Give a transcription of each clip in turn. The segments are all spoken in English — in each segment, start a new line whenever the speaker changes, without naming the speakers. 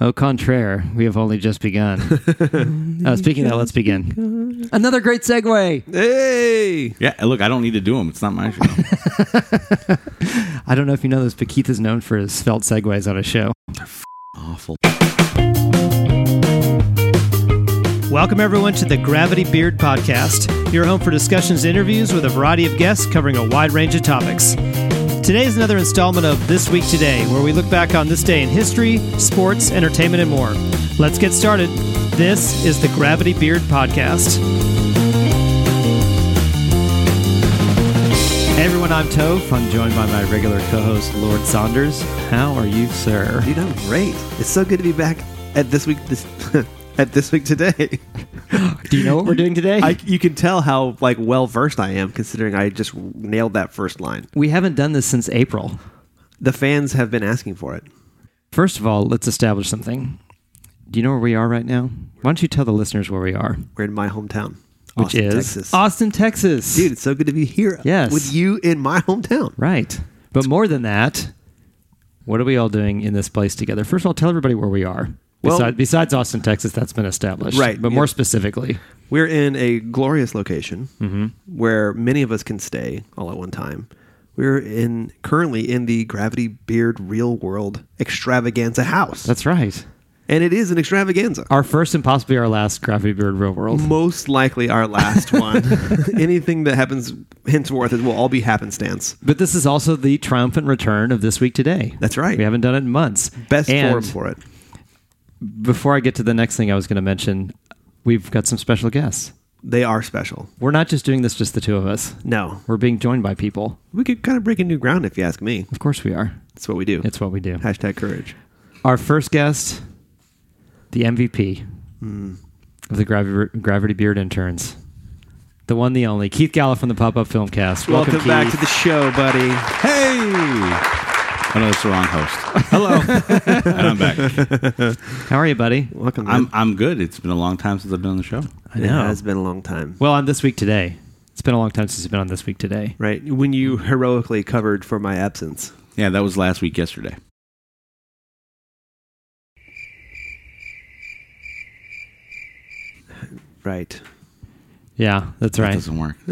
Au contraire, we have only just begun. uh, speaking of that, let's begin. Another great segue.
Hey,
Yeah, look, I don't need to do them. It's not my show.
I don't know if you know this, but Keith is known for his felt segues on his show.
Awful.
Welcome, everyone, to the Gravity Beard Podcast, your home for discussions and interviews with a variety of guests covering a wide range of topics. Today is another installment of This Week Today, where we look back on this day in history, sports, entertainment, and more. Let's get started. This is the Gravity Beard Podcast.
Hey everyone, I'm Toph. I'm joined by my regular co-host Lord Saunders. How are you, sir?
dude, I'm great. It's so good to be back at this week. This at this week today.
Do you know what we're doing today?
I, you can tell how like well versed I am, considering I just nailed that first line.
we haven't done this since April.
The fans have been asking for it.
First of all, let's establish something. Do you know where we are right now? Why don't you tell the listeners where we are?
We're in my hometown,
Which
Austin,
is
Texas.
Austin, Texas.
Dude, it's so good to be here.
Yes.
with you in my hometown.
Right. But more than that, what are we all doing in this place together? First of all, tell everybody where we are.
Well-
besides, besides Austin, Texas, that's been established.
Right,
But
yeah.
more specifically,
We're in a glorious location
Mm-hmm.
where many of us can stay all at one time. We're in currently in the Gravity Beard Real World Extravaganza House,
that's right.
and it is an extravaganza.
Our first and possibly our last Gravity Beard Real World.
Most likely our last one. Anything that happens henceforth it will all be happenstance.
But this is also the triumphant return of This Week Today.
That's right.
We haven't done it in months.
Best
and
forum for it.
Before I get to the next thing I was going to mention, we've got some special guests.
They are special.
We're not just doing this just the two of us.
No,
We're being joined by people.
we could kind of break a new ground if you ask me.
Of course we are.
That's what we do.
It's what we do.
Hashtag courage.
Our first guest, the MVP
Hmm.
of the Gravi- Gravity Beard Interns, the one, the only, Keith Gallup from the Pop Up Film Cast.
Welcome,
Keith.
back to the show, buddy.
Hey. Oh no, that's the wrong host. Hello. and I'm back.
How are you, buddy?
Welcome.
I'm I'm good. It's been a long time since I've been on the show.
I
It has been a long time.
Well, on this week today. It's been a long time since you've been on this week today.
Right. When you heroically covered for my absence.
Yeah, that was last week yesterday.
Right.
Yeah, that's
That
right.
doesn't work.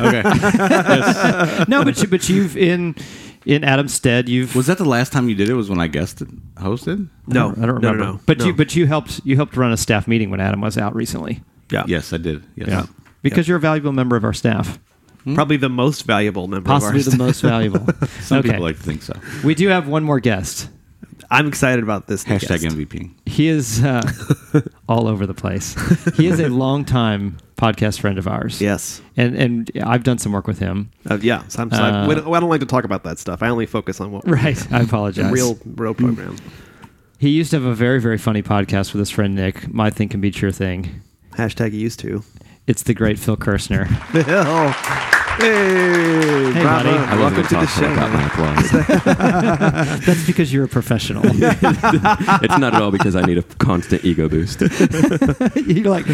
okay.
no, but you, but you've in in Adam's stead. You've
Was that the last time you did it? Was when I guested hosted?
No,
I don't remember.
No, no, no.
but
No.
you but you helped you helped run a staff meeting when Adam was out recently.
yeah.
Yes, I did. Yes.
because you're a valuable member of our staff,
probably the most valuable member.
Hmm? possibly
of our
the most valuable.
Some
okay,
people like to think so.
we do have one more guest.
I'm excited about this. new
Hashtag
guest.
MVP.
He is uh, all over the place. He is a longtime podcast friend of ours.
Yes.
and and I've done some work with him.
Uh, yeah. So I'm, so I'm-
Uh,
we don't- I don't like to talk about that stuff. I only focus on what
Right, I apologize.
real real program.
He used to have a very very funny podcast with his friend Nick. My thing can beat your thing.
Hashtag used to.
It's the great Phil Kirstner.
Bill. Hey,
Hey,
Oh. bravo.
buddy. I
I wasn't
Welcome to the
gonna talk
show.
about my applause.
That's because you're a professional.
it's not at all because I need a constant ego boost.
you're like,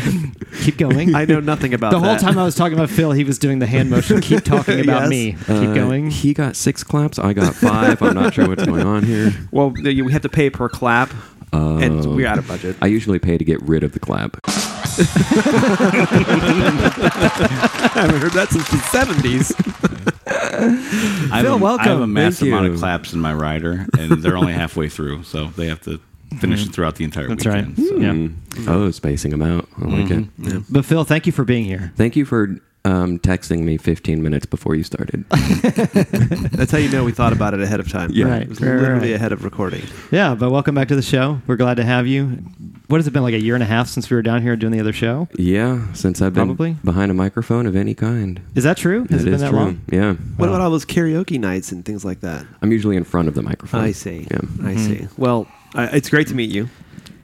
keep going.
I know nothing about
the whole
that.
time I was talking about Phil, he was doing the hand motion. Keep talking about
Yes.
me. Keep
Uh,
going.
He got six claps. I got five. I'm not sure what's going on here.
Well, you- we have to pay per clap, and
Oh.
we're out of budget.
I usually pay to get rid of the clap.
haven't heard that since the '70s.
I have
Phil,
a-
welcome.
I have a massive
Thank
amount of
you.
claps in my rider, and they're only halfway through, so they have to finish it throughout the entire
Mm-hmm. That's right.
weekend. So.
Hmm.
Yeah.
Oh, spacing them out. I like
Mm-hmm.
it.
But Phil, thank you for being here.
Thank you for um, texting me 15 minutes before you started.
That's how you know we thought about it ahead of time.
Yeah.
Right,
It was
right,
literally
right.
ahead of recording.
Yeah, but welcome back to the show. We're glad to have you. What has it been like a year and a half since we were down here doing the other show?
yeah, since I've been
Probably.
behind a microphone of any kind.
Is that true? Has it,
That
been
is
that
true.
long?
Yeah.
What about all those karaoke nights and things like that?
I'm usually in front of the microphone.
I see.
Yeah.
I
Mm-hmm.
see. Well, I, it's great to meet you.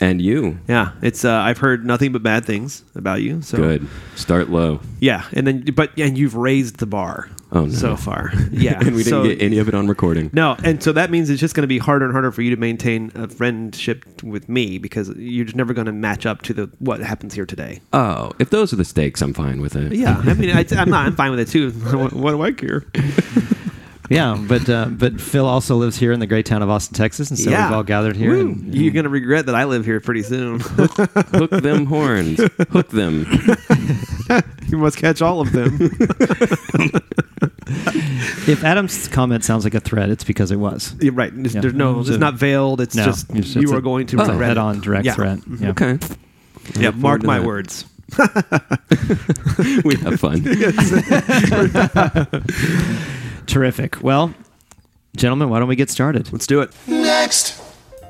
And you.
Yeah, it's. Uh, I've heard nothing but bad things about you. So
Good. Start low.
Yeah, and then but and you've raised the bar.
Oh, no.
So far, yeah,
and we didn't
so,
get any of it on recording.
No, and so that means it's just going to be harder and harder for you to maintain a friendship with me because you're just never going to match up to the what happens here today.
Oh, if those are the stakes, I'm fine with it.
Yeah, I mean, I, I'm not. I'm fine with it too. what, what do I care?
Yeah, but uh, but Phil also lives here in the great town of Austin, Texas, and so
Yeah.
we've all gathered here.
Woo.
and-
You're gonna regret that I live here pretty soon.
Hook them horns. Hook them.
you must catch all of them.
if Adam's comment sounds like a threat, it's because it was.
You're right. It's,
Yeah.
there's no, it's
So-
not veiled. It's
No,
just
it's- it's
you
a-
are going to
it's a
regret it.
head-on direct
Yeah. Mm-hmm.
threat. Yeah.
Okay.
Yeah, mark
to
my
that.
words.
We have fun.
Terrific. Well, gentlemen, why don't we get started?
Let's do it.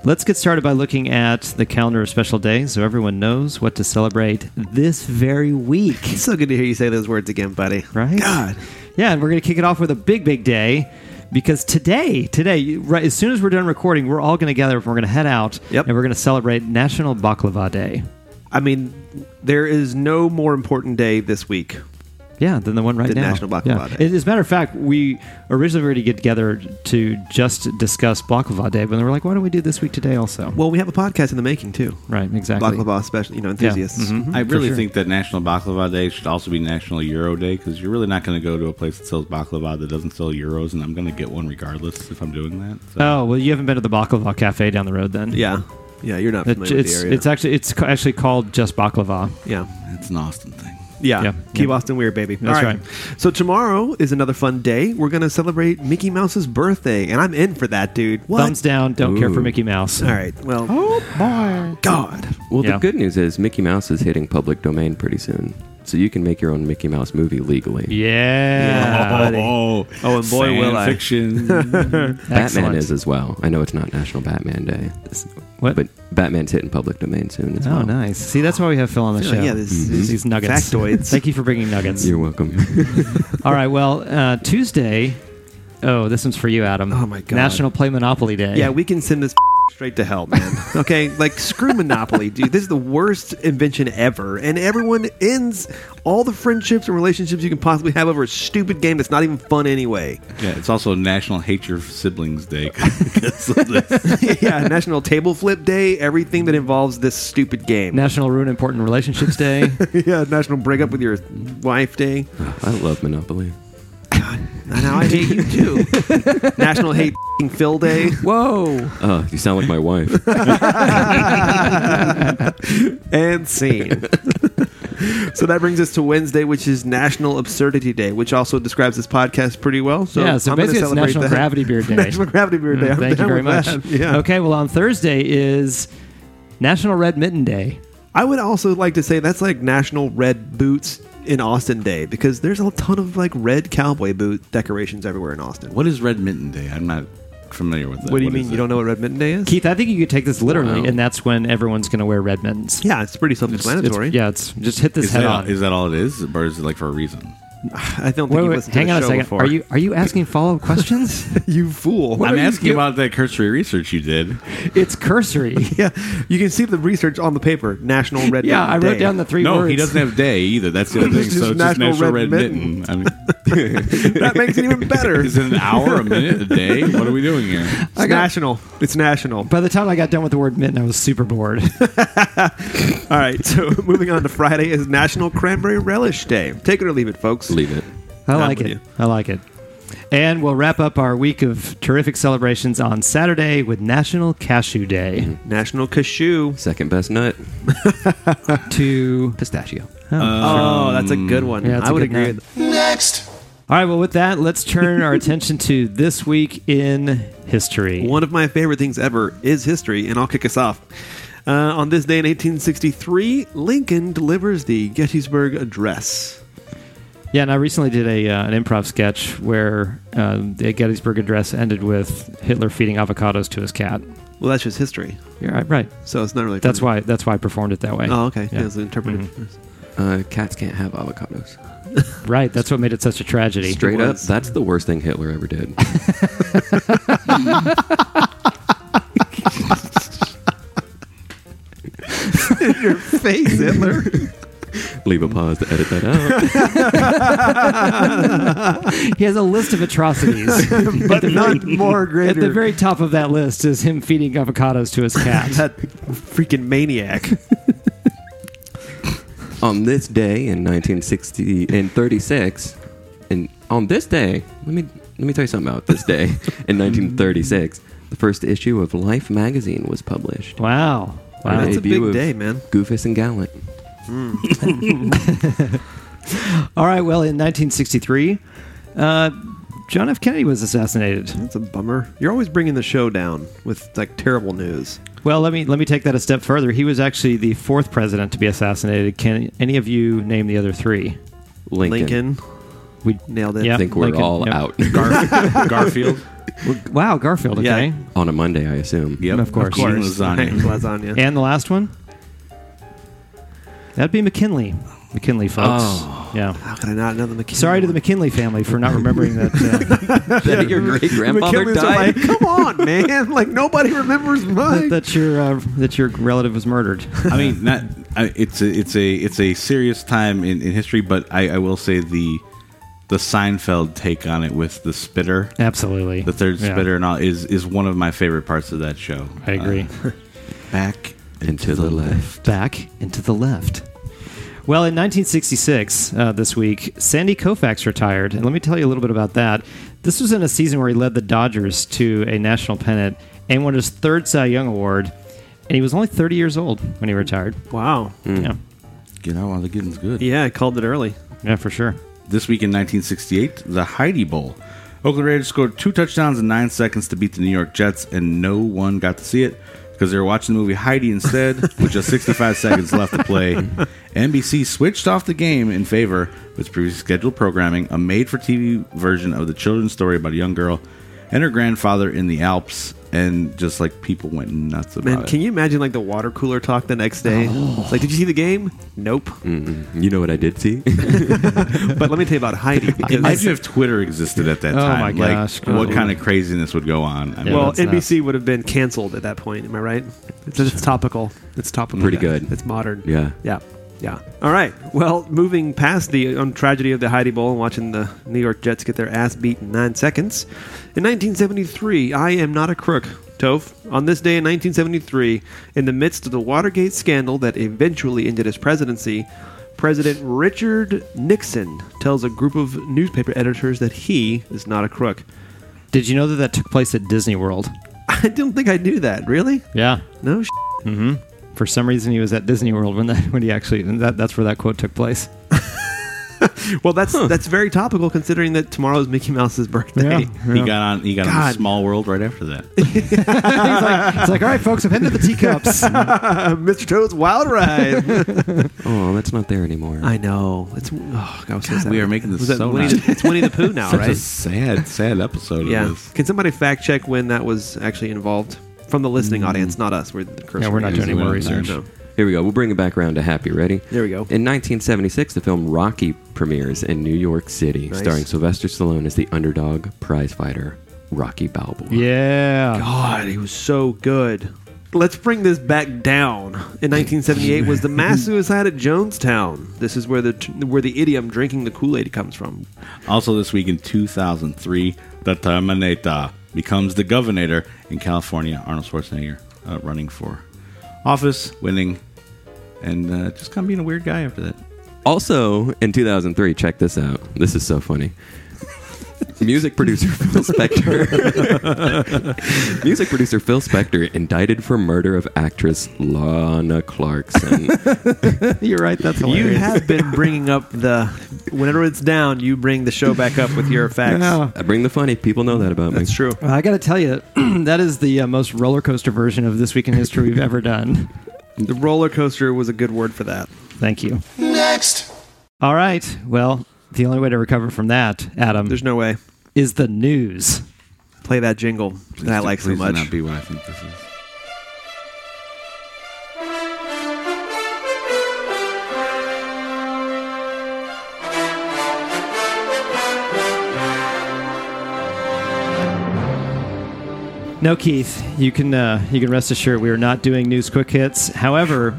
Let's get started by looking at the calendar of special days so everyone knows what to celebrate this very week.
It's so good to hear you say those words again, buddy.
Right?
God.
Yeah, and we're going to kick it off with a big, big day because today, today, you- right as soon as we're done recording, we're all going to gather and we're going to head out
Yep.
and we're going to celebrate National Baklava Day.
I mean, there is no more important day this week.
Yeah, than the one right
The
now.
National Baklava
yeah.
Day.
As- As a matter of fact, we originally were going to get together to just discuss Baklava Day, but then we're like, why don't we do this week today also?
Well, we have a podcast in the making too.
right, exactly. mm-hmm.
Baklava special, you know, enthusiasts.
I really
sure.
think that National Baklava Day should also be National Euro Day because you're really not going to go to a place that sells baklava that doesn't sell euros, and I'm going to get one regardless if I'm doing that. So.
Oh, well, you haven't been to the Baklava Cafe down the road then?
Yeah, yeah, you're not
It's
familiar with
it's,
the area.
it's actually it's ca- actually called just baklava.
yeah,
It's an Austin thing.
yeah,
Yeah.
Keep
Yeah.
Austin weird, baby.
That's right.
So tomorrow is another fun day. We're gonna celebrate Mickey Mouse's birthday, and I'm in for that, dude. What?
Thumbs down. Don't care for Mickey Mouse.
All right. Well. Oh boy. God.
Well,
Yeah.
the good news is Mickey Mouse is hitting public domain pretty soon, so you can make your own Mickey Mouse movie legally.
Yeah.
oh,
Oh, and boy, will I.
fiction.
Batman
Excellent.
is as well. I know it's not National Batman Day, s-
What?
but Batman's hitting public domain soon as
oh,
well.
nice. Mm-hmm. See, that's why we have Phil on the
Yeah,
show.
yeah, this- this
these nuggets.
factoids.
Thank you for bringing nuggets.
You're welcome.
All right. Well, uh, Tuesday. Oh, this one's for you, Adam.
Oh, my God.
National Play Monopoly Day.
Yeah, we can send this straight to hell, man. Okay, like screw Monopoly, dude. This is the worst invention ever, and everyone ends all the friendships and relationships you can possibly have over a stupid game that's not even fun anyway.
yeah, it's also National Hate Your Siblings Day. 'cause of this.
yeah, National Table Flip Day. Everything that involves this stupid game.
National Ruin Important Relationships Day.
yeah, National Break Up with Your Wife Day.
I love Monopoly.
I know I hate you too. National Hate Phil Day.
Whoa.
Oh, you sound like my wife.
and scene. so that brings us to Wednesday, which is National Absurdity Day, which also describes this podcast pretty well. So
yeah, so
I'm gonna
basically it's
celebrate
National
that.
Gravity Beer Day.
National Gravity Beer Day.
Mm,
I'm
Thank you
down
very
with
much.
that. Yeah.
Okay, well, on Thursday is National Red Mitten Day.
I would also like to say that's like National Red Boots in Austin Day because there's a ton of like red cowboy boot decorations everywhere in Austin.
what is Red Mitten Day? I'm not familiar with that.
What do you
is
mean you
it?
don't know what Red Mitten Day is?
Keith, I think you could take this literally,
Wow.
and that's when everyone's going to wear red mittens.
yeah, it's pretty
It's-
self-explanatory.
yeah, it's just hit this
Is
head
that,
on.
is that all it is, or is it like for a reason?
I don't think
wait,
you
wait,
listened to
hang
the
on a
show
second.
before.
Are you are you asking follow up questions?
you fool?
I'm asking about that cursory research you did.
it's cursory.
Yeah, you can see the research on the paper. National Red.
yeah,
Mitten
I wrote
Day.
down the three
no,
words.
he doesn't have day either. That's the other thing.
It's
so
just
it's just
National
National
Red
Red, Mitten. I mean,
that makes it even better.
is it an hour, a minute, a day? What are we doing here?
It's national. It's national.
By the time I got done with the word mitten, I was super bored.
All right. So moving on to Friday is National Cranberry Relish Day. Take it or leave it, folks.
Leave it.
I
I'm
like
with
it.
you.
I like it. And we'll wrap up our week of terrific celebrations on Saturday with National Cashew Day.
National Cashew.
Second best nut,
To
pistachio.
oh, that's a
Mm.
good one.
Yeah, that's
I
a good
would agree.
name.
with
all right. Well, with that, let's turn our attention to this week in history.
One of my favorite things ever is history, and I'll kick us off. Uh, on this day in 1863, Lincoln delivers the Gettysburg Address.
Yeah, and I recently did a uh, an improv sketch where uh, the Gettysburg Address ended with Hitler feeding avocados to his cat.
Well, that's just history,
Yeah, right, right.
so it's not really.
That's why that's why I performed it that way.
Oh, okay.
Yeah. Mm-hmm.
Yeah. it's interpretive.
Uh, cats can't have avocados.
Right, that's what made it such a tragedy.
Straight up,
was.
that's the worst thing Hitler ever did.
Your face, Hitler.
Leave a pause to edit that out.
He has a list of atrocities, but
None more greater.
At the very top of that list is him feeding avocados to his cat.
that freaking maniac.
on this day in 1960 and 36, and on this day, let me Let me tell you something about this day. In 1936, the first issue of Life magazine was published.
Wow.
Wow.
Wow.
That's a
Debut
big
of
day, man.
Goofus and Gallant.
All right. Well, in 1963, uh, John F. Kennedy was assassinated.
That's a bummer. You're always bringing the show down with like terrible news.
Well, let me let me take that a step further. He was actually the fourth president to be assassinated. Can any of you name the other three?
Lincoln.
Lincoln,
We
nailed it.
Yeah.
I think we're
Lincoln,
all
yep.
out.
Garfield.
wow, Garfield.
Yeah.
Okay,
On a Monday, I assume.
Yep.
Of course.
Eating
Of course.
lasagna.
Lasagna.
and the last one. That'd be McKinley. McKinley, folks.
Oh.
Yeah.
How could I not know the McKinley?
Sorry to the McKinley family for not remembering that uh,
That your great grandfather
McKinley's
died.
like, Come on, man! Like nobody remembers
that,
mine.
that your uh, that your relative was murdered.
I mean, not. I, it's a it's a it's a serious time in, in history, but I, I will say the the Seinfeld take on it with the spitter,
Absolutely.
the third
Yeah,
spitter, and all is is one of my favorite parts of that show.
I agree.
Uh, back
And to the left.
back and to the left. Well, in 1966, uh, this week, Sandy Koufax retired. And let me tell you a little bit about that. This was in a season where he led the Dodgers to a national pennant and won his third Cy Young Award. And he was only 30 years old when he retired.
wow.
Hmm.
Yeah.
get out while the getting's good.
Yeah, I called it early.
Yeah, for sure.
This week in 1968, the Heidi Bowl. Oakland Raiders scored two touchdowns in nine seconds to beat the New York Jets, and no one got to see it because they were watching the movie Heidi instead, with just 65 seconds left to play. NBC switched off the game in favor of its previously scheduled programming, a made for TV version of the children's story about a young girl and her grandfather in the Alps, and just like people went nuts about
Man,
it.
can you imagine like the water cooler talk the next day?
Oh.
It's Like, did you see the game? Nope.
Hmm.
You know what I did see?
But let me tell you about Heidi. because-
Imagine if Twitter existed at that
Oh
time.
my gosh,
like, what
God.
kind of craziness would go on? I mean,
well,
that's nuts.
NBC would have been canceled at that point. Am I right? It's, it's topical. It's topical.
Pretty
guys.
good.
It's modern.
Yeah.
Yeah. Yeah. All right. Well, moving past the um, tragedy of the Heidi Bowl and watching the New York Jets get their ass beat in nine seconds. In 1973, I am not a crook, Toph. On this day in 1973, in the midst of the Watergate scandal that eventually ended his presidency, President Richard Nixon tells a group of newspaper editors that he is not a crook.
Did you know that that took place at Disney World?
I don't think I knew that. Really?
Yeah.
No.
For some reason, he was at Disney World when that when he actually that, that's where that quote took place.
Well, that's that's very topical considering that tomorrow is Mickey Mouse's birthday.
He got on. He got on
God.
Small World right after that.
it's like, all right, folks, I've ended the teacups.
Mr. Uh, Toad's Wild Ride.
Oh, that's not there anymore.
I know. It's oh, God, was so sad.
we are making this
Was that
so
Winnie
nice.
the, it's Winnie the Pooh now,
Such a
right?
sad, sad episode of
Yeah.
this.
Can somebody fact check when that was actually involved from the
Mm.
listening audience, not us? We're the cursory
Yeah, we're not doing any more
audience.
research.
No.
Here we go. We'll bring it back around to happy. Ready?
There we go.
In 1976, the film Rocky premieres in New York City,
Nice.
starring Sylvester Stallone as the underdog prizefighter Rocky Balboa.
yeah.
God, he was so good. Let's bring this back down. In 1978 was the mass suicide at Jonestown. This is where the where the idiom "drinking the Kool Aid" comes from.
Also, this week in 2003, the Terminator becomes the governor in California. Arnold Schwarzenegger uh, running for office, winning, and uh, just kind of being a weird guy after that.
Also, in 2003, check this out. This is so funny. Music producer Phil Spector. Music producer Phil Spector indicted for murder of actress Lana Clarkson. Uh,
You're right. That's
You
hilarious.
have been bringing up the whenever it's down, you bring the show back up with your facts.
Yeah.
I bring the funny. People know that about me.
That's true.
Well, I got to tell you, that is the uh, most roller coaster version of this week in history we've ever done.
The roller coaster was a good word for that.
Thank you. Next. All right. Well, the only way to recover from that, Adam,
There's no way.
is the news.
Play that jingle that I like so
Please do
much.
Not be what I think this is.
No, Keith, you can uh, you can rest assured we are not doing news quick hits. However,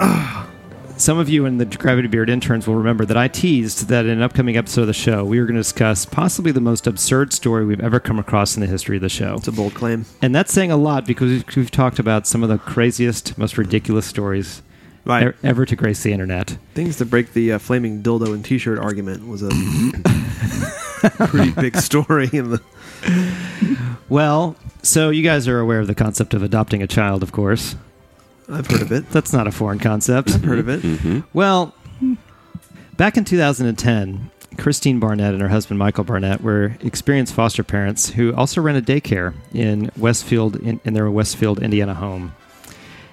some of you and the Gravity Beard interns will remember that I teased that in an upcoming episode of the show we were going to discuss possibly the most absurd story we've ever come across in the history of the show.
It's a bold claim.
And that's saying a lot because we've- we've talked about some of the craziest, most ridiculous stories
Right.
e- ever to grace the internet.
Things to break the uh, flaming dildo and t-shirt argument was a pretty big story in the
Well, so you guys are aware of the concept of adopting a child, of course.
I've heard of it.
That's not a foreign concept.
Heard of it.
Well, back in 2010, Christine Barnett and her husband Michael Barnett were experienced foster parents who also ran a daycare in Westfield in, in their Westfield, Indiana home.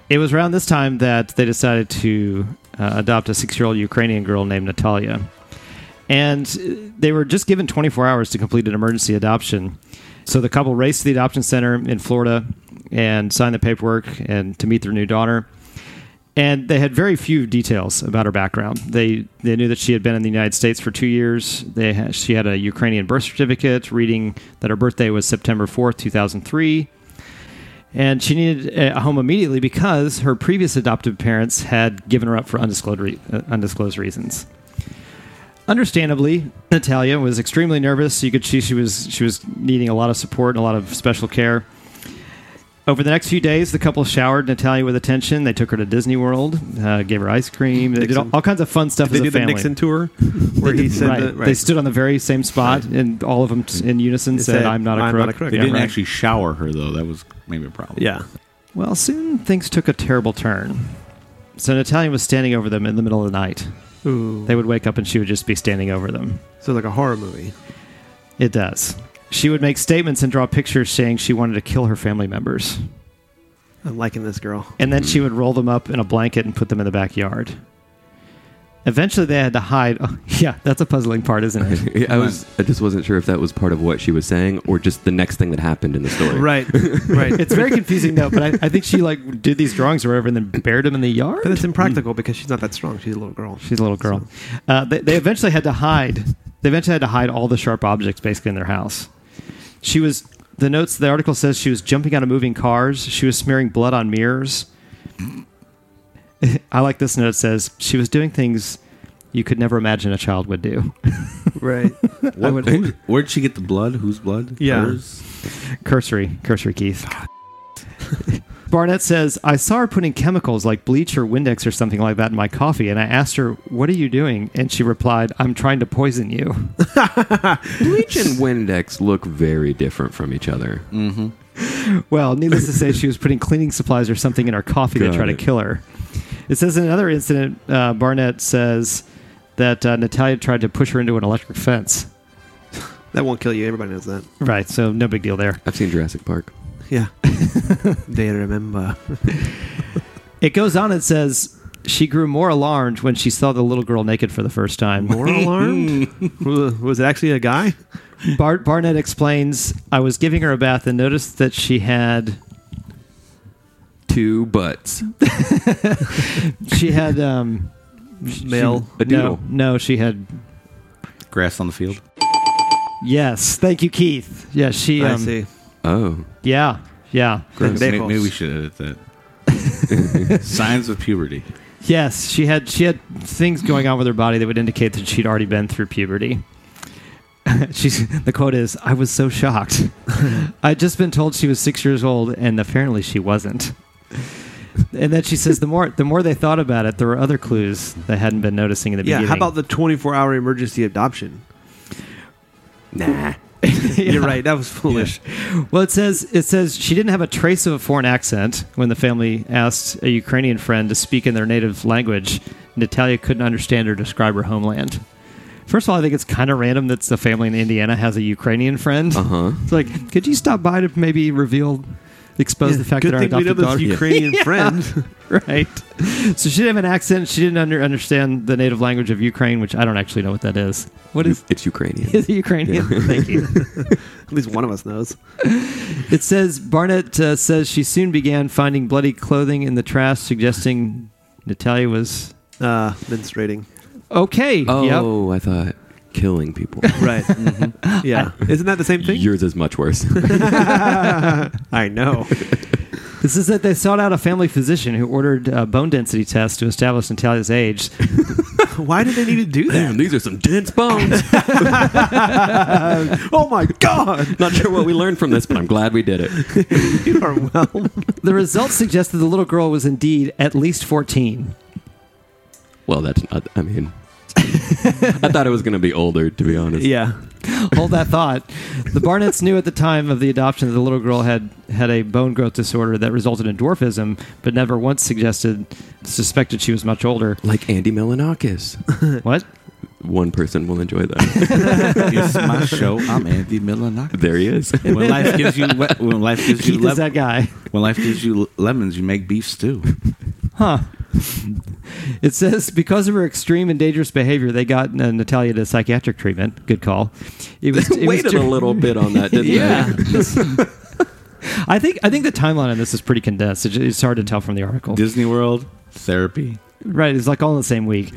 It was around this time that they decided to uh, adopt a six-year-old Ukrainian girl named Natalia, and uh, they were just given 24 hours to complete an emergency adoption. So the couple raced to the adoption center in Florida and signed the paperwork and to meet their new daughter and they had very few details about her background. They they knew that she had been in the United States for two years. They ha- she had a Ukrainian birth certificate, reading that her birthday was September fourth, two thousand three, and she needed a home immediately because her previous adoptive parents had given her up for undisclosed re- uh, undisclosed reasons. Understandably, Natalia was extremely nervous. You could see she was she was needing a lot of support and a lot of special care. Over the next few days, the couple showered Natalia with attention. They took her to Disney World, uh, gave her ice cream. They did all,
Nixon.
all kinds of fun stuff
Did they
as a
do the
family.
Nixon tour where he said
right.
that- right.
They stood on the very same spot, and all of them t- in unison
They
said, "I'm not a crook."
They
Yeah,
didn't
right.
actually shower her though. That was maybe a problem.
Yeah.
Well, soon things took a terrible turn. So Natalia was standing over them in the middle of the night.
Ooh.
They would wake up, and she would just be standing over them.
So like a horror movie.
It does. She would make statements and draw pictures saying she wanted to kill her family members.
I'm liking this girl.
And then she would roll them up in a blanket and put them in the backyard. Eventually, they had to hide. Oh, yeah, that's a puzzling part, isn't it?
I was I just wasn't sure if that was part of what she was saying or just the next thing that happened in the story.
Right. Right.
It's very confusing though, but I, I think she like did these drawings or whatever, and then buried them in the yard.
but it's impractical because she's not that strong. She's a little girl.
She's a little girl. Uh, they, they eventually had to hide. They eventually had to hide all the sharp objects basically in their house. She was the notes. The article says she was jumping out of moving cars. She was smearing blood on mirrors. I like this note. It says she was doing things you could never imagine a child would do.
Right.
What, who- where'd she get the blood? Whose blood?
Yeah.
Hers?
Cursory, cursory, Keith. Barnett says, I saw her putting chemicals like bleach or Windex or something like that in my coffee, and I asked her, What are you doing? And she replied, I'm trying to poison you.
Bleach and Windex look very different from each other.
Well, needless to say, she was putting cleaning supplies or something in her coffee to
Got
try to
it.
kill her. It says in another incident, uh, Barnett says that uh, Natalia tried to push her into an electric fence.
That won't kill you. Everybody knows that.
Right, so no big deal there.
I've seen Jurassic Park.
Yeah. they remember.
It goes on and says she grew more alarmed when she saw the little girl naked for the first time.
More alarmed? Was it actually a guy?
Bar- Barnett explains, I was giving her a bath and noticed that she had
Two butts.
she had um
Male.
A doodle.
no no she had
Grass on the field.
yes thank you Keith yeah she
I
um,
see.
Oh.
yeah yeah
Gross. May-
Nipples.
Maybe we should edit that. Signs of puberty.
Yes, she had she had things going on with her body that would indicate that she'd already been through puberty. She's the quote is, "I was so shocked. I'd just been told she was six years old, and apparently she wasn't." And then she says, "The more the more they thought about it, there were other clues they hadn't been noticing in the
Yeah.
beginning."
How about the 24 hour emergency adoption?
Nah.
You're right. That was foolish.
Well, it says it says she didn't have a trace of a foreign accent when the family asked a Ukrainian friend to speak in their native language. Natalia couldn't understand or describe her homeland. First of all, I think it's kind of random that the family in Indiana has a Ukrainian friend.
Uh-huh.
It's like, could you stop by to maybe reveal, expose the fact
Good
that our
thing we know
adopted
this
daughter,
Ukrainian friend.
right? So she didn't have an accent. She didn't under, understand the native language of Ukraine, which I don't actually know what that is. What is
It's Ukrainian.
is it Ukrainian? Thank you.
At least one of us knows.
It says Barnett uh, says she soon began finding bloody clothing in the trash, suggesting Natalia was
Uh, menstruating.
okay. Yep.
Oh, I thought killing people.
Right. Yeah. Isn't that the same thing?
Yours is much worse.
I know.
This is that they sought out a family physician who ordered a bone density test to establish Natalia's age.
Why did they need to do that?
Damn, these are some dense bones.
Oh my God.
Not sure what we learned from this, but I'm glad we did it.
You are well.
The results suggested the little girl was indeed at least 14.
Well, that's not. I mean, I thought it was going to be older, to be honest.
Yeah.
Hold that thought. The Barnetts knew at the time of the adoption that the little girl had had a bone growth disorder that resulted in dwarfism, but never once suggested suspected she was much older.
Like Andy Milanakis.
What?
One person will enjoy that.
It's my show. I'm Andy Milanakis.
there he is.
When life gives you le- when life gives you
Keith is
le-
that guy.
when life gives you lemons, you make beef stew.
Huh. It says because of her extreme and dangerous behavior, they got uh, Natalia to psychiatric treatment. Good call. It was, it was
Waited
dur-
a little bit on that, didn't
Yeah.
they?
I think I think the timeline on this is pretty condensed. It- It's hard to tell from the article.
Disney World therapy.
Right, it's like all in the same week.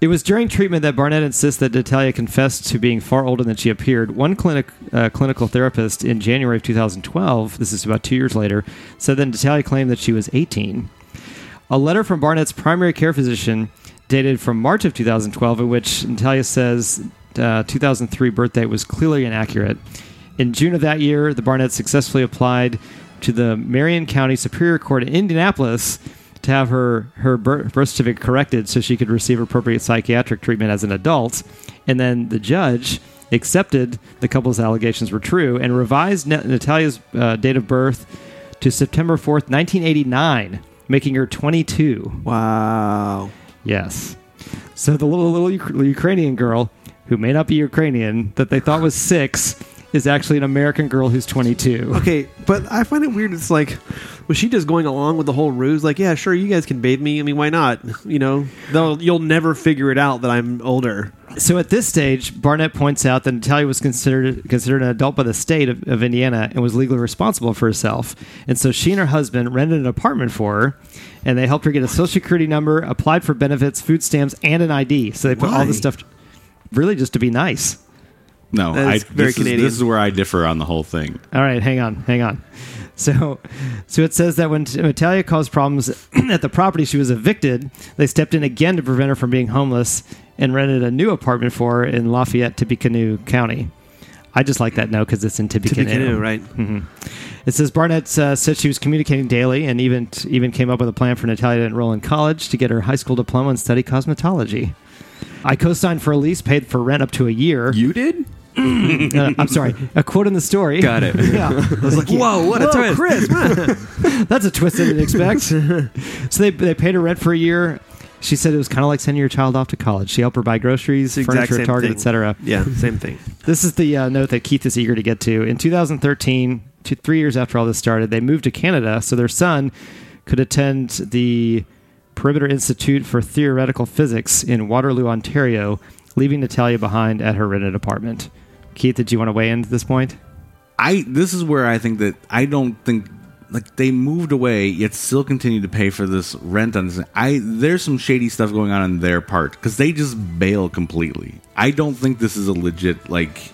It was during treatment that Barnett insists that Natalia confessed to being far older than she appeared. One clinic uh, clinical therapist in January of 2012, this is about two years later, said that Natalia claimed that she was 18. A letter from Barnett's primary care physician, dated from March of 2012, in which Natalia says uh, 2003 birthday was clearly inaccurate. In June of that year, the Barnetts successfully applied to the Marion County Superior Court in Indianapolis to have her her bir- birth certificate corrected so she could receive appropriate psychiatric treatment as an adult. And then the judge accepted the couple's allegations were true and revised Nat- Natalia's uh, date of birth to September 4th, 1989, making her 22.
Wow.
Yes. So the little, little Uk- Ukrainian girl, who may not be Ukrainian, that they thought was six, is actually an American girl who's 22.
Okay, but I find it weird. It's like, was she just going along with the whole ruse? Like, yeah, sure, you guys can bathe me. I mean, why not? You know, they'll, you'll never figure it out that I'm older.
So at this stage, Barnett points out that Natalia was considered considered an adult by the state of, of Indiana and was legally responsible for herself. And so she and her husband rented an apartment for her, and they helped her get a social security number, applied for benefits, food stamps, and an ID. So they put all
Why?
this stuff, really just to be nice.
No,
That
I,
is very
this
Canadian.
Is, this is where I differ on the whole thing.
All right, hang on, hang on. So, so it says that when Natalia caused problems at the property she was evicted, they stepped in again to prevent her from being homeless and rented a new apartment for her in Lafayette, Tippecanoe County. I just like that now because it's in Tippecanoe.
Canoe, right?
Hmm.
It says Barnett uh, said she was communicating daily and even even came up with a plan for Natalia to enroll in college to get her high school diploma and study cosmetology. I co-signed for a lease, paid for rent up to a year.
You did?
Uh, I'm sorry, a quote in the story.
Got it.
Yeah, I was like,
Whoa, what a twist.
Chris,
That's a twist I didn't expect. so they, they paid her rent for a year. She said it was kind of like sending your child off to college. She helped her buy groceries, furniture, Target, etc.
Yeah, same thing.
This is the uh, note that Keith is eager to get to. In 2013, two, three years after all this started, they moved to Canada so their son could attend the Perimeter Institute for Theoretical Physics in Waterloo, Ontario, leaving Natalia behind at her rented apartment. Keith, did you want to weigh in at this point?
I this is where I think that I don't think like they moved away yet still continue to pay for this rent on this. I there's some shady stuff going on on their part because they just bail completely. I don't think this is a legit like.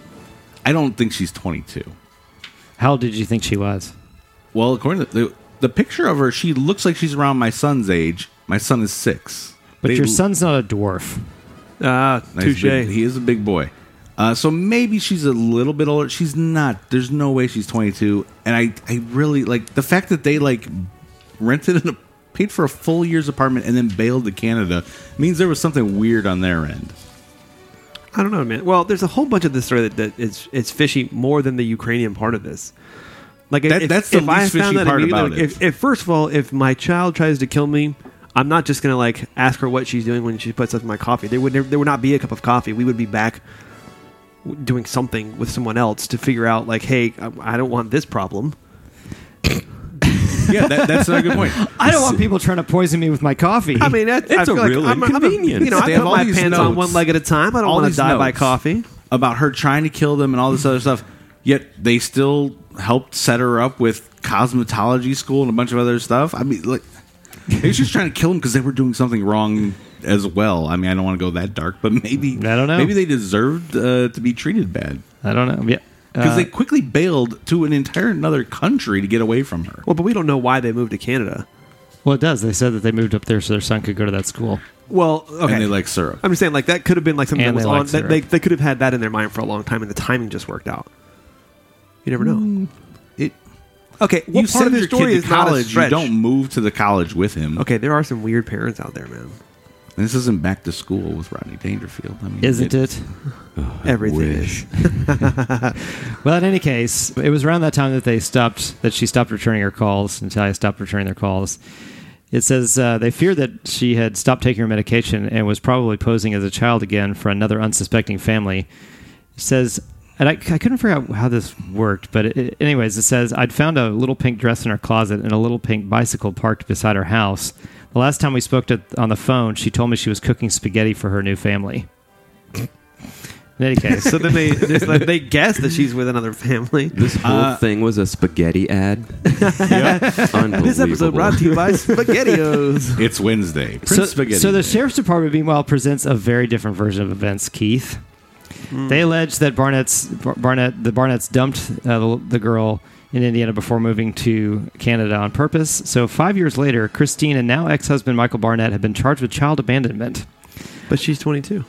I don't think she's 22.
How old did you think she was?
Well, according to the, the picture of her, she looks like she's around my son's age. My son is six.
But
They-
your son's not a dwarf.
Ah,
Nice
touche.
big- he is a big boy. Uh, so maybe she's a little bit older. She's not. There's no way she's 22. And I, I really like the fact that they like rented and paid for a full year's apartment and then bailed to Canada means there was something weird on their end.
I don't know, man. Well, there's a whole bunch of this story that, that is it's fishy more than the Ukrainian part of this. Like
That- that's the least fishy part
immediately,
about
like,
it.
If, if first of all, if my child tries to kill me, I'm not just gonna like ask her what she's doing when she puts up my coffee. There would never, there would not be a cup of coffee. We would be back w- doing something with someone else to figure out like, hey, I, I don't want this problem.
Yeah, that, that's not a good point.
I don't want people trying to poison me with my coffee.
I mean, that, I
It's a
feel like
real
I'm, I'm a-
inconvenience.
you know,
They
I
have
put
all
my
these
pants on
notes.
one leg at a time. I don't
All
want to
these
die by
notes
coffee.
about her trying to kill them and all this other stuff. Yet they still helped set her up with cosmetology school and a bunch of other stuff. I mean, like they was just trying to kill them because they were doing something wrong as well. I mean, I don't want to go that dark, but maybe
I don't know.
Maybe they deserved uh, to be treated bad
I don't know. Yeah.
because
Uh,
they quickly bailed to an entire another country to get away from her.
Well, but we don't know why they moved to Canada.
well, it does. They said that they moved up there so their son could go to that school.
Well, okay.
And they like syrup.
I'm just saying, like that could have been like something
And
that was
they like
on. That they,
syrup.
they could have had that in their mind for a long time, and the timing just worked out. You never know.
Mm.
It,
Okay, what
you
part
send
of the
your
story
kid
is
to
not a
college, you
stretch?
don't move to the college with him.
Okay, there are some weird parents out there, man.
And this isn't back to school with Rodney Dangerfield. I mean,
Isn't it?
Everything
Wish.
Well, in any case, it was around that time that they stopped, that she stopped returning her calls, and Talia stopped returning their calls. It says uh, they feared that she had stopped taking her medication and was probably posing as a child again for another unsuspecting family. It says, and I, I couldn't figure out how this worked, but it, anyways, it says, I'd found a little pink dress in her closet and a little pink bicycle parked beside her house. The last time we spoke to, on the phone, she told me she was cooking spaghetti for her new family. In any case,
So then they just, like, they guess that she's with another family.
This whole
Uh,
thing was a spaghetti ad. Unbelievable.
This episode brought to you by SpaghettiOs.
It's Wednesday. Prince
so,
Spaghetti.
so the
Day.
sheriff's department, meanwhile, presents a very different version of events. Keith, they allege that Barnett's Bar- Barnett the Barnetts dumped uh, the, the girl in Indiana before moving to Canada on purpose. So five years later, Christine and now ex-husband Michael Barnett have been charged with child abandonment.
But she's 22.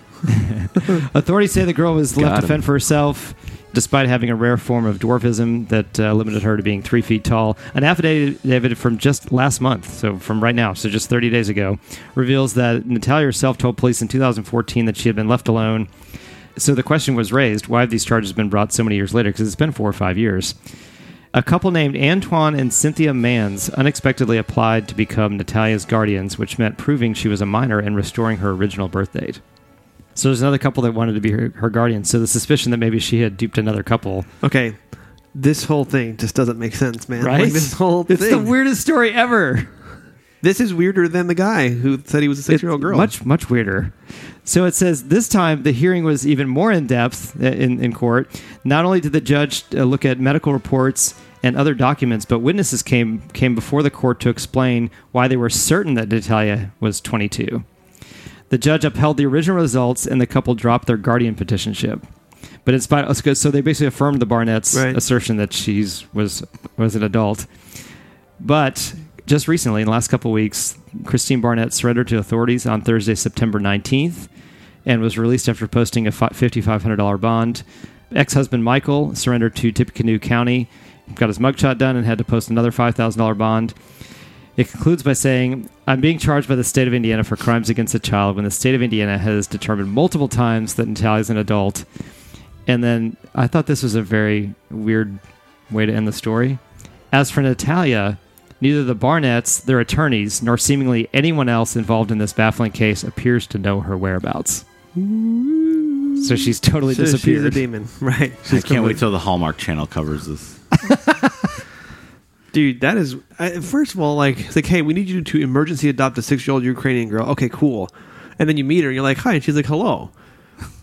Authorities say the girl was
Got
left to
him.
fend for herself, despite having a rare form of dwarfism that uh, limited her to being three feet tall. An affidavit from just last month, so from right now, so just 30 days ago, reveals that Natalia herself told police in 2014 that she had been left alone. So the question was raised why have these charges been brought so many years later? Because it's been four or five years. A couple named Antoine and Cynthia Manns unexpectedly applied to become Natalia's guardians, which meant proving she was a minor and restoring her original birth date. So there's another couple that wanted to be her, her guardian. So the suspicion that maybe she had duped another couple.
Okay, this whole thing just doesn't make sense, man. Like, this whole
it's
thing.
the weirdest story ever.
this is weirder than the guy who said he was a
It's
six-year-old girl.
Much, much weirder. So it says this time the hearing was even more in depth in, in court. Not only did the judge uh, look at medical reports and other documents, but witnesses came came before the court to explain why they were certain that Natalia was 22. The judge upheld the original results, and the couple dropped their guardian petitionship. But in spite, so they basically affirmed the Barnett's
Right.
assertion that she's was was an adult. But just recently, in the last couple of weeks, Christine Barnett surrendered to authorities on Thursday, September 19th, and was released after posting a fi- $5,500 bond. Ex husband Michael surrendered to Tippecanoe County, got his mugshot done, and had to post another $5,000 bond. It concludes by saying, I'm being charged by the state of Indiana for crimes against a child when the state of Indiana has determined multiple times that Natalia is an adult. And then I thought this was a very weird way to end the story. As for Natalia, neither the Barnetts, their attorneys, nor seemingly anyone else involved in this baffling case appears to know her whereabouts. So she's totally
So she's a
disappeared.
demon, right?
I can't wait till the Hallmark Channel covers this.
Dude, that is. I, first of all, like, it's like, hey, we need you to emergency adopt a six year old Ukrainian girl. Okay, cool. And then you meet her, and you're like, hi. And she's like, hello.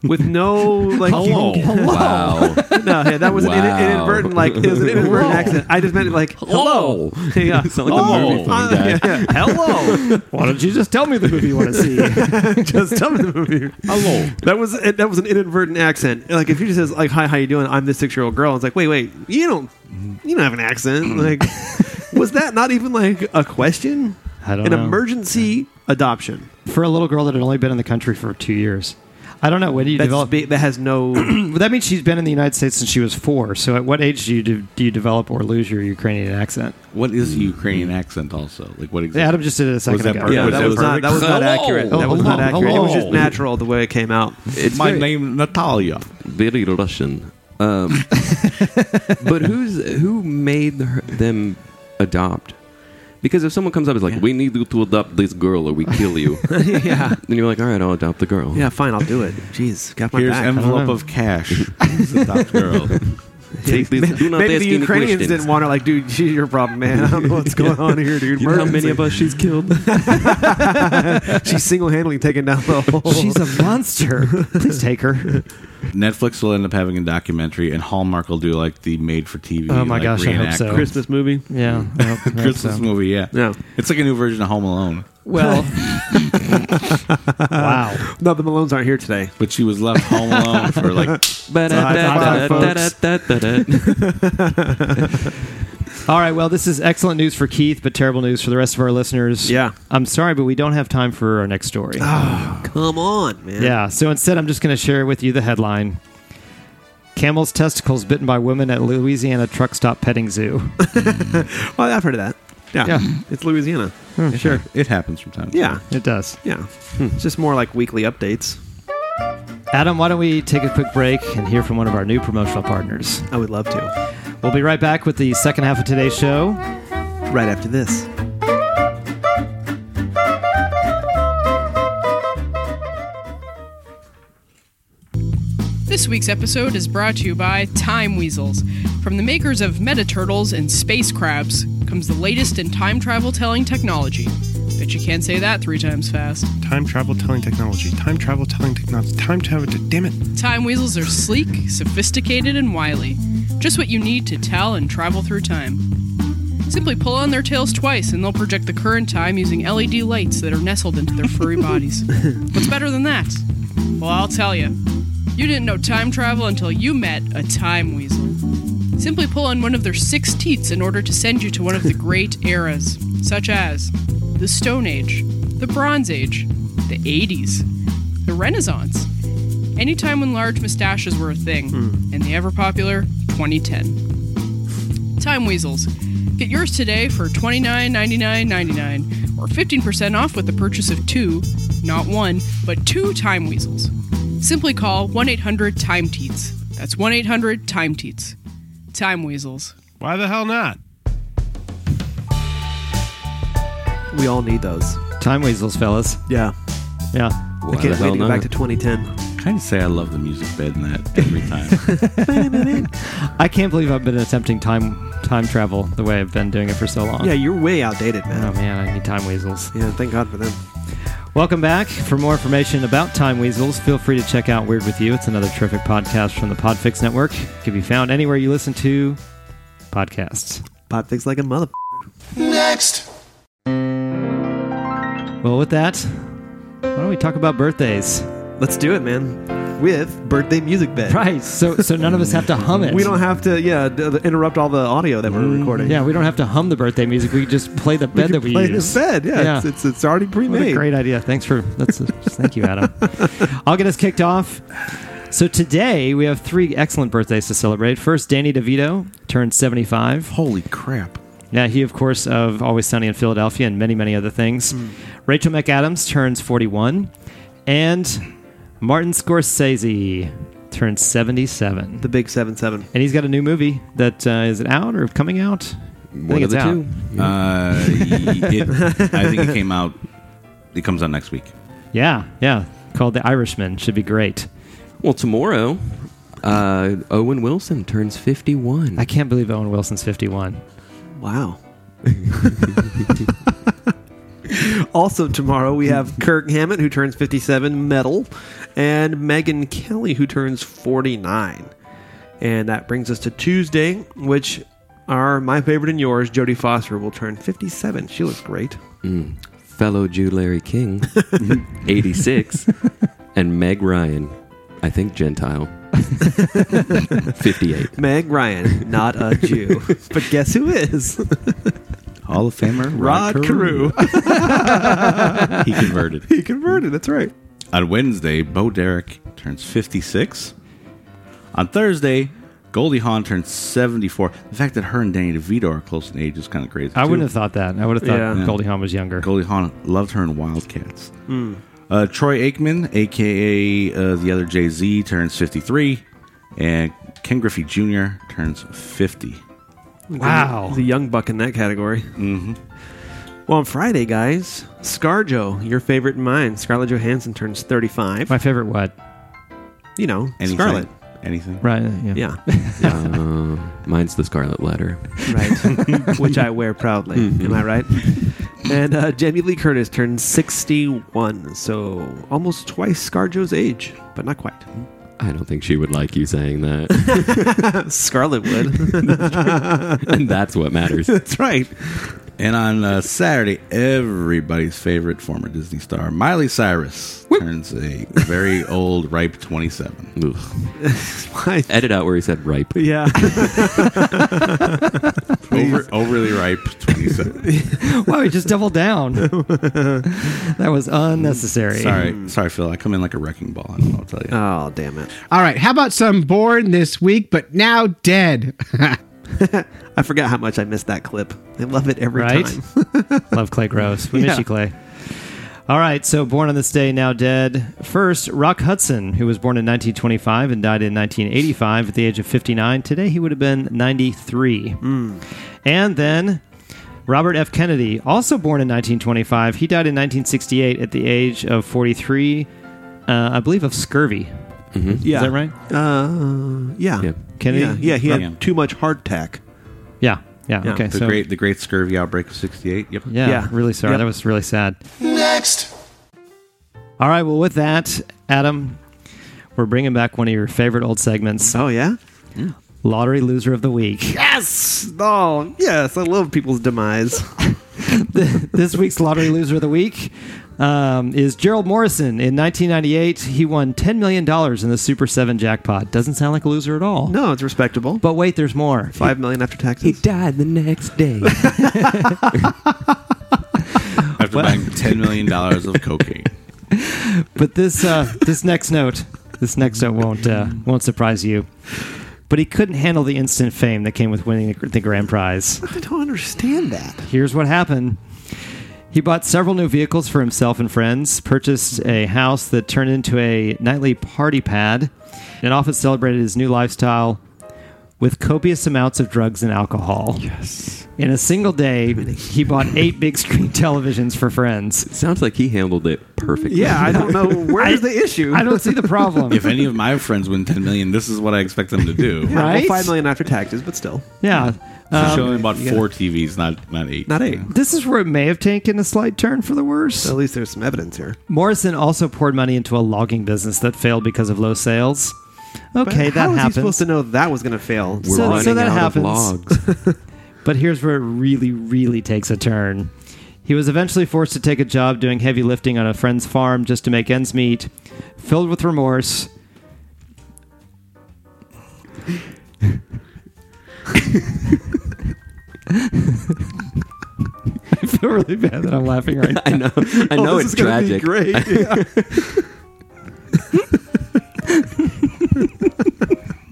With no, like,
Hello.
hello.
Wow.
No, yeah, that was an
Wow.
an inadvertent, like, it was an inadvertent accent. I just meant, like, hello. Yeah.
Sound like the movie phone
uh,
guy.
yeah, yeah. Hello.
Why don't you just tell me the movie you want to see?
just tell me the movie.
Hello.
That was that was an inadvertent accent. Like if you just says like hi how you doing I'm this six year old girl. It's like wait wait you don't you don't have an accent. Like was that not even like a question?
I don't
an
know.
emergency adoption
for a little girl that had only been in the country for two years. I don't know. When do you
that's
develop?
be, that has no.
Well, that means she's been in the United States since she was four. So, at what age do you do, do you develop or lose your Ukrainian accent?
What is a Ukrainian accent? Also, like what exactly?
Hmm. Adam just did it a second
that
ago.
part?
yeah,
Was
that
that
was not that was not
perfect?
accurate.
Hello.
That was not
Hello.
accurate. It was just
Hello.
natural the way it came out.
It's
My
very-
name Natalia.
very Russian. Um, but who's who made her, them adopt? Because if someone comes up, is like, "We need you to adopt this girl, or we kill you,"
yeah,
then you're like, "All right, I'll adopt the girl."
yeah, fine, I'll do it. Jeez, got my
Here's
back.
envelope
know.
of cash. It's a top girl.
Take this. Do not
Maybe
ask
the
any
Ukrainians
questions.
didn't want her. Like, dude, she's your problem, man. I don't know what's going on here, dude.
You know how
Murder's
many of us she's killed?
She's single handedly taking down the whole.
She's a monster. Please take her.
Netflix will end up having a documentary, and Hallmark will do like the made-for-TV.
Oh my
like,
gosh, I hope so.
reenactment.
Christmas movie.
Yeah. I hope- I hope
Christmas
so.
movie, yeah.
Yeah.
It's like a new version of Home Alone,
Well, wow.
No, the Malones aren't here today.
but she was left home alone for like
All right. Well, this is excellent news for Keith, but terrible news for the rest of our listeners.
Yeah.
I'm sorry, but we don't have time for our next story.
Come on, man.
Yeah. So instead, I'm just going to share with you the headline Camel's testicles bitten by women at Louisiana truck stop petting zoo.
Well, I've heard of that. Yeah.
Yeah.
It's Louisiana.
sure.
It happens from time. to
Yeah,
Hmm. It does.
yeah. It's just more like weekly updates.
Adam, why don't we take a quick break and hear from one of our new promotional partners?
I would love to.
We'll be right back with the second half of today's show.
Right after this.
This week's episode is brought to you by Time Weasels. From the makers of Meta Turtles and Space Crabs comes the latest in time travel telling technology. Bet you can't say that three times fast.
Time travel telling technology. Time travel telling technology. Time travel. Te- damn it.
Time Weasels are sleek, sophisticated, and wily. Just what you need to tell and travel through time. Simply pull on their tails twice and they'll project the current time using LED lights that are nestled into their furry bodies. What's better than that? Well, I'll tell you. You didn't know time travel until you met a time weasel. Simply pull on one of their six teats in order to send you to one of the great eras, such as the Stone Age, the Bronze Age, the 80s, the Renaissance, any time when large mustaches were a thing, and the ever popular 2010. Time Weasels. Get yours today for $29.99.99 or 15% off with the purchase of two, not one, but two Time Weasels. Simply call 1 800 Time Teats. That's 1 800 Time Teats. Time Weasels.
Why the hell not?
We all need those.
Time weasels, fellas.
Yeah.
Yeah.
Why
I can't
the
wait
hell
to go
not?
back to 2010.
I kind of say I love the music bed in that every time.
I can't believe I've been attempting time time travel the way I've been doing it for so long.
Yeah, you're way outdated,
Oh
man.
man, I need time weasels.
Yeah, thank God for them.
Welcome back. For more information about Time Weasels, feel free to check out Weird With You. It's another terrific podcast from the Podfix Network. It can be found anywhere you listen to podcasts.
Pop things like a mother.
Well, with that, why don't we talk about birthdays?
Let's do it, man. With birthday music bed.
Right. So so none of us have to hum it.
We don't have to, yeah, d- uh, interrupt all the audio that we're recording.
Mm, Yeah, we don't have to hum the birthday music. We just play the bed
can
that we
play
use.
this bed. Yeah, It's, it's it's already
What a
pre-made.
great idea. Thanks for that's thank you, Adam. I'll get us kicked off. So today we have three excellent birthdays to celebrate. First, Danny DeVito turned 75.
Holy crap!
Yeah, he of course of Always Sunny in Philadelphia and many many other things.
Hmm.
Rachel McAdams turns 41, and Martin Scorsese turns 77.
the big seven seven.
And he's got a new movie that uh, is it out or coming out? I
One
think it's
of the
out.
two.
Uh, it, I think it came out. It comes out next week.
Yeah, yeah. Called The Irishman. Should be great.
Well, tomorrow, uh, Owen Wilson turns 51.
I can't believe Owen Wilson's 51.
Wow. also tomorrow we have Kirk Hammett who turns 57 metal and Megan Kelly who turns 49. And that brings us to Tuesday, which are my favorite and yours, Jodie Foster will turn 57. She looks great.
Mm. Fellow Jew Larry King, 86. And Meg Ryan, I think Gentile, 58.
Meg Ryan, not a Jew. but guess who is?
Hall of Famer
Rod Carew.
he converted.
he converted, that's right.
On Wednesday, Bo Derek turns 56. On Thursday, Goldie Hawn turns 74. The fact that her and Danny DeVito are close in age is kind of crazy.
I
too.
wouldn't have thought that. I would have thought
Yeah.
Goldie Hawn was younger.
Goldie Hawn loved her in Wildcats.
Hmm.
Uh, Troy Aikman, aka uh, the other Jay Z, turns 53. And Ken Griffey Jr. turns 50.
Wow.
He's a young buck in that category. Mm-hmm. Well, on Friday, guys, Scarjo, your favorite and mine, Scarlett Johansson turns 35.
My favorite what?
You know,
Anything,
Scarlett.
Anything.
Right.
Yeah,
Uh, mine's the Scarlet Letter.
right. Which I wear proudly. Am I right? Mm-hmm. And uh, Jamie Lee Curtis turns 61, so almost twice Scarjo's age, but not quite.
I don't think she would like you saying that.
Scarlett would.
and that's what matters.
That's right. And on uh, Saturday, everybody's favorite former Disney star, Miley Cyrus, turns a very old, ripe 27.
Ugh.
Why?
Edit out where he said ripe.
yeah.
Over, overly ripe 27.
wow, he just doubled down. that was unnecessary.
sorry, sorry, Phil. I come in like a wrecking ball. I don't know what
Uh,
to tell you.
Oh, damn it.
All right, how about some born this week but now dead?
I forgot how much I missed that clip. I love it every
Right?
time.
Love Clay Gross. We miss
Yeah.
you, Clay. All right, so born on this day, now dead. First, Rock Hudson, who was born in 1925 and died in 1985 at the age of 59. Today, he would have been 93.
Hmm.
And then Robert F. Kennedy, also born in 1925. He died in 1968 at the age of 43, uh, I believe, of scurvy.
Yeah.
Is that right?
Uh, yeah.
Yeah.
Kennedy?
Yeah, yeah, he
Yeah.
had too much hardtack.
Yeah. Yeah.
Yeah,
okay.
The
so,
great the great scurvy outbreak of '68. Yep.
Yeah,
Yeah.
Really sorry.
Yep.
That was really sad. Next. All right. Well, with that, Adam, we're bringing back one of your favorite old segments,
Oh yeah.
Lottery Loser of the Week.
Yes. Oh yes. I love people's demise.
this week's Lottery Loser of the Week um, is Gerald Morrison. In 1998, he won $10 million in the Super 7 jackpot. Doesn't sound like a loser at all.
No, it's respectable.
But wait, there's more.
Five million after taxes.
died the next day.
After buying ten million dollars of cocaine.
but this uh, this next note, this next note won't uh, won't surprise you. But he couldn't handle the instant fame that came with winning the, the grand prize.
I don't understand that.
Here's what happened. He bought several new vehicles for himself and friends, purchased a house that turned into a nightly party pad, and often celebrated his new lifestyle with copious amounts of drugs and alcohol. Yes. In a single day, he bought eight big screen televisions for friends.
Sounds like he handled it perfectly.
Yeah, I don't know where's the issue.
I don't see the problem.
If any of my friends win ten million, this is what I expect them to do.
Yeah, well,
Right?
five million after taxes, but still
yeah.
So
Um,
she only bought four TVs, not not eight.
not eight.
This is where it may have taken a slight turn for the worse.
At least there's some evidence here.
Morrison also poured money into a logging business that failed because of low sales. Okay, that
How was he
happens.
supposed to know that was going to fail?
So-
We're
so
running
that
out
happens.
of logs.
But here's where it really, really takes a turn. He was eventually forced to take a job doing heavy lifting on a friend's farm just to make ends meet. Filled with remorse, I feel really bad that I'm laughing right now.
I know. I know
oh, this
it's
is gonna be
tragic.
great.